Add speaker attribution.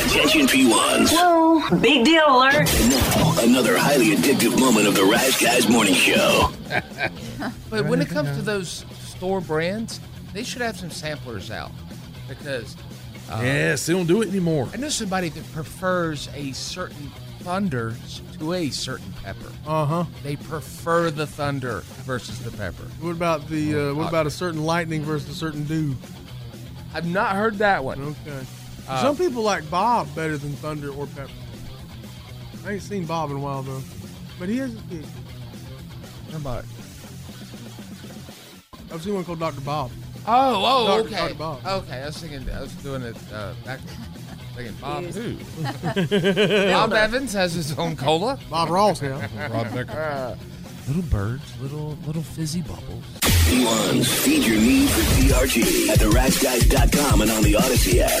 Speaker 1: Attention P1s.
Speaker 2: Whoa, big deal alert.
Speaker 1: Now, another highly addictive moment of the Rise Guys Morning Show.
Speaker 3: But when it comes to those store brands, they should have some samplers out because
Speaker 4: Yes, they don't do it anymore.
Speaker 3: I know somebody that prefers a certain thunder to a certain pepper.
Speaker 4: Uh huh.
Speaker 3: They prefer the thunder versus the pepper.
Speaker 4: What about the? Uh, what about a certain lightning versus a certain dude?
Speaker 3: I've not heard that one.
Speaker 4: Okay.
Speaker 3: Uh,
Speaker 4: Some people like Bob better than Thunder or Pepper. I ain't seen Bob in a while though, but he is. he-
Speaker 3: Somebody-
Speaker 4: I've seen one called Doctor Bob.
Speaker 3: Oh, oh,
Speaker 4: Dr.
Speaker 3: okay.
Speaker 4: Dr. Bob.
Speaker 3: Okay, I was thinking, I was doing it uh, back. Thinking Bob, who? Bob Evans has his own cola.
Speaker 4: Bob Ross now.
Speaker 5: Rob Becker.
Speaker 6: Little birds, little little fizzy bubbles.
Speaker 1: P1s, feed your need for PRG at theriseguys.com and on the Odyssey app.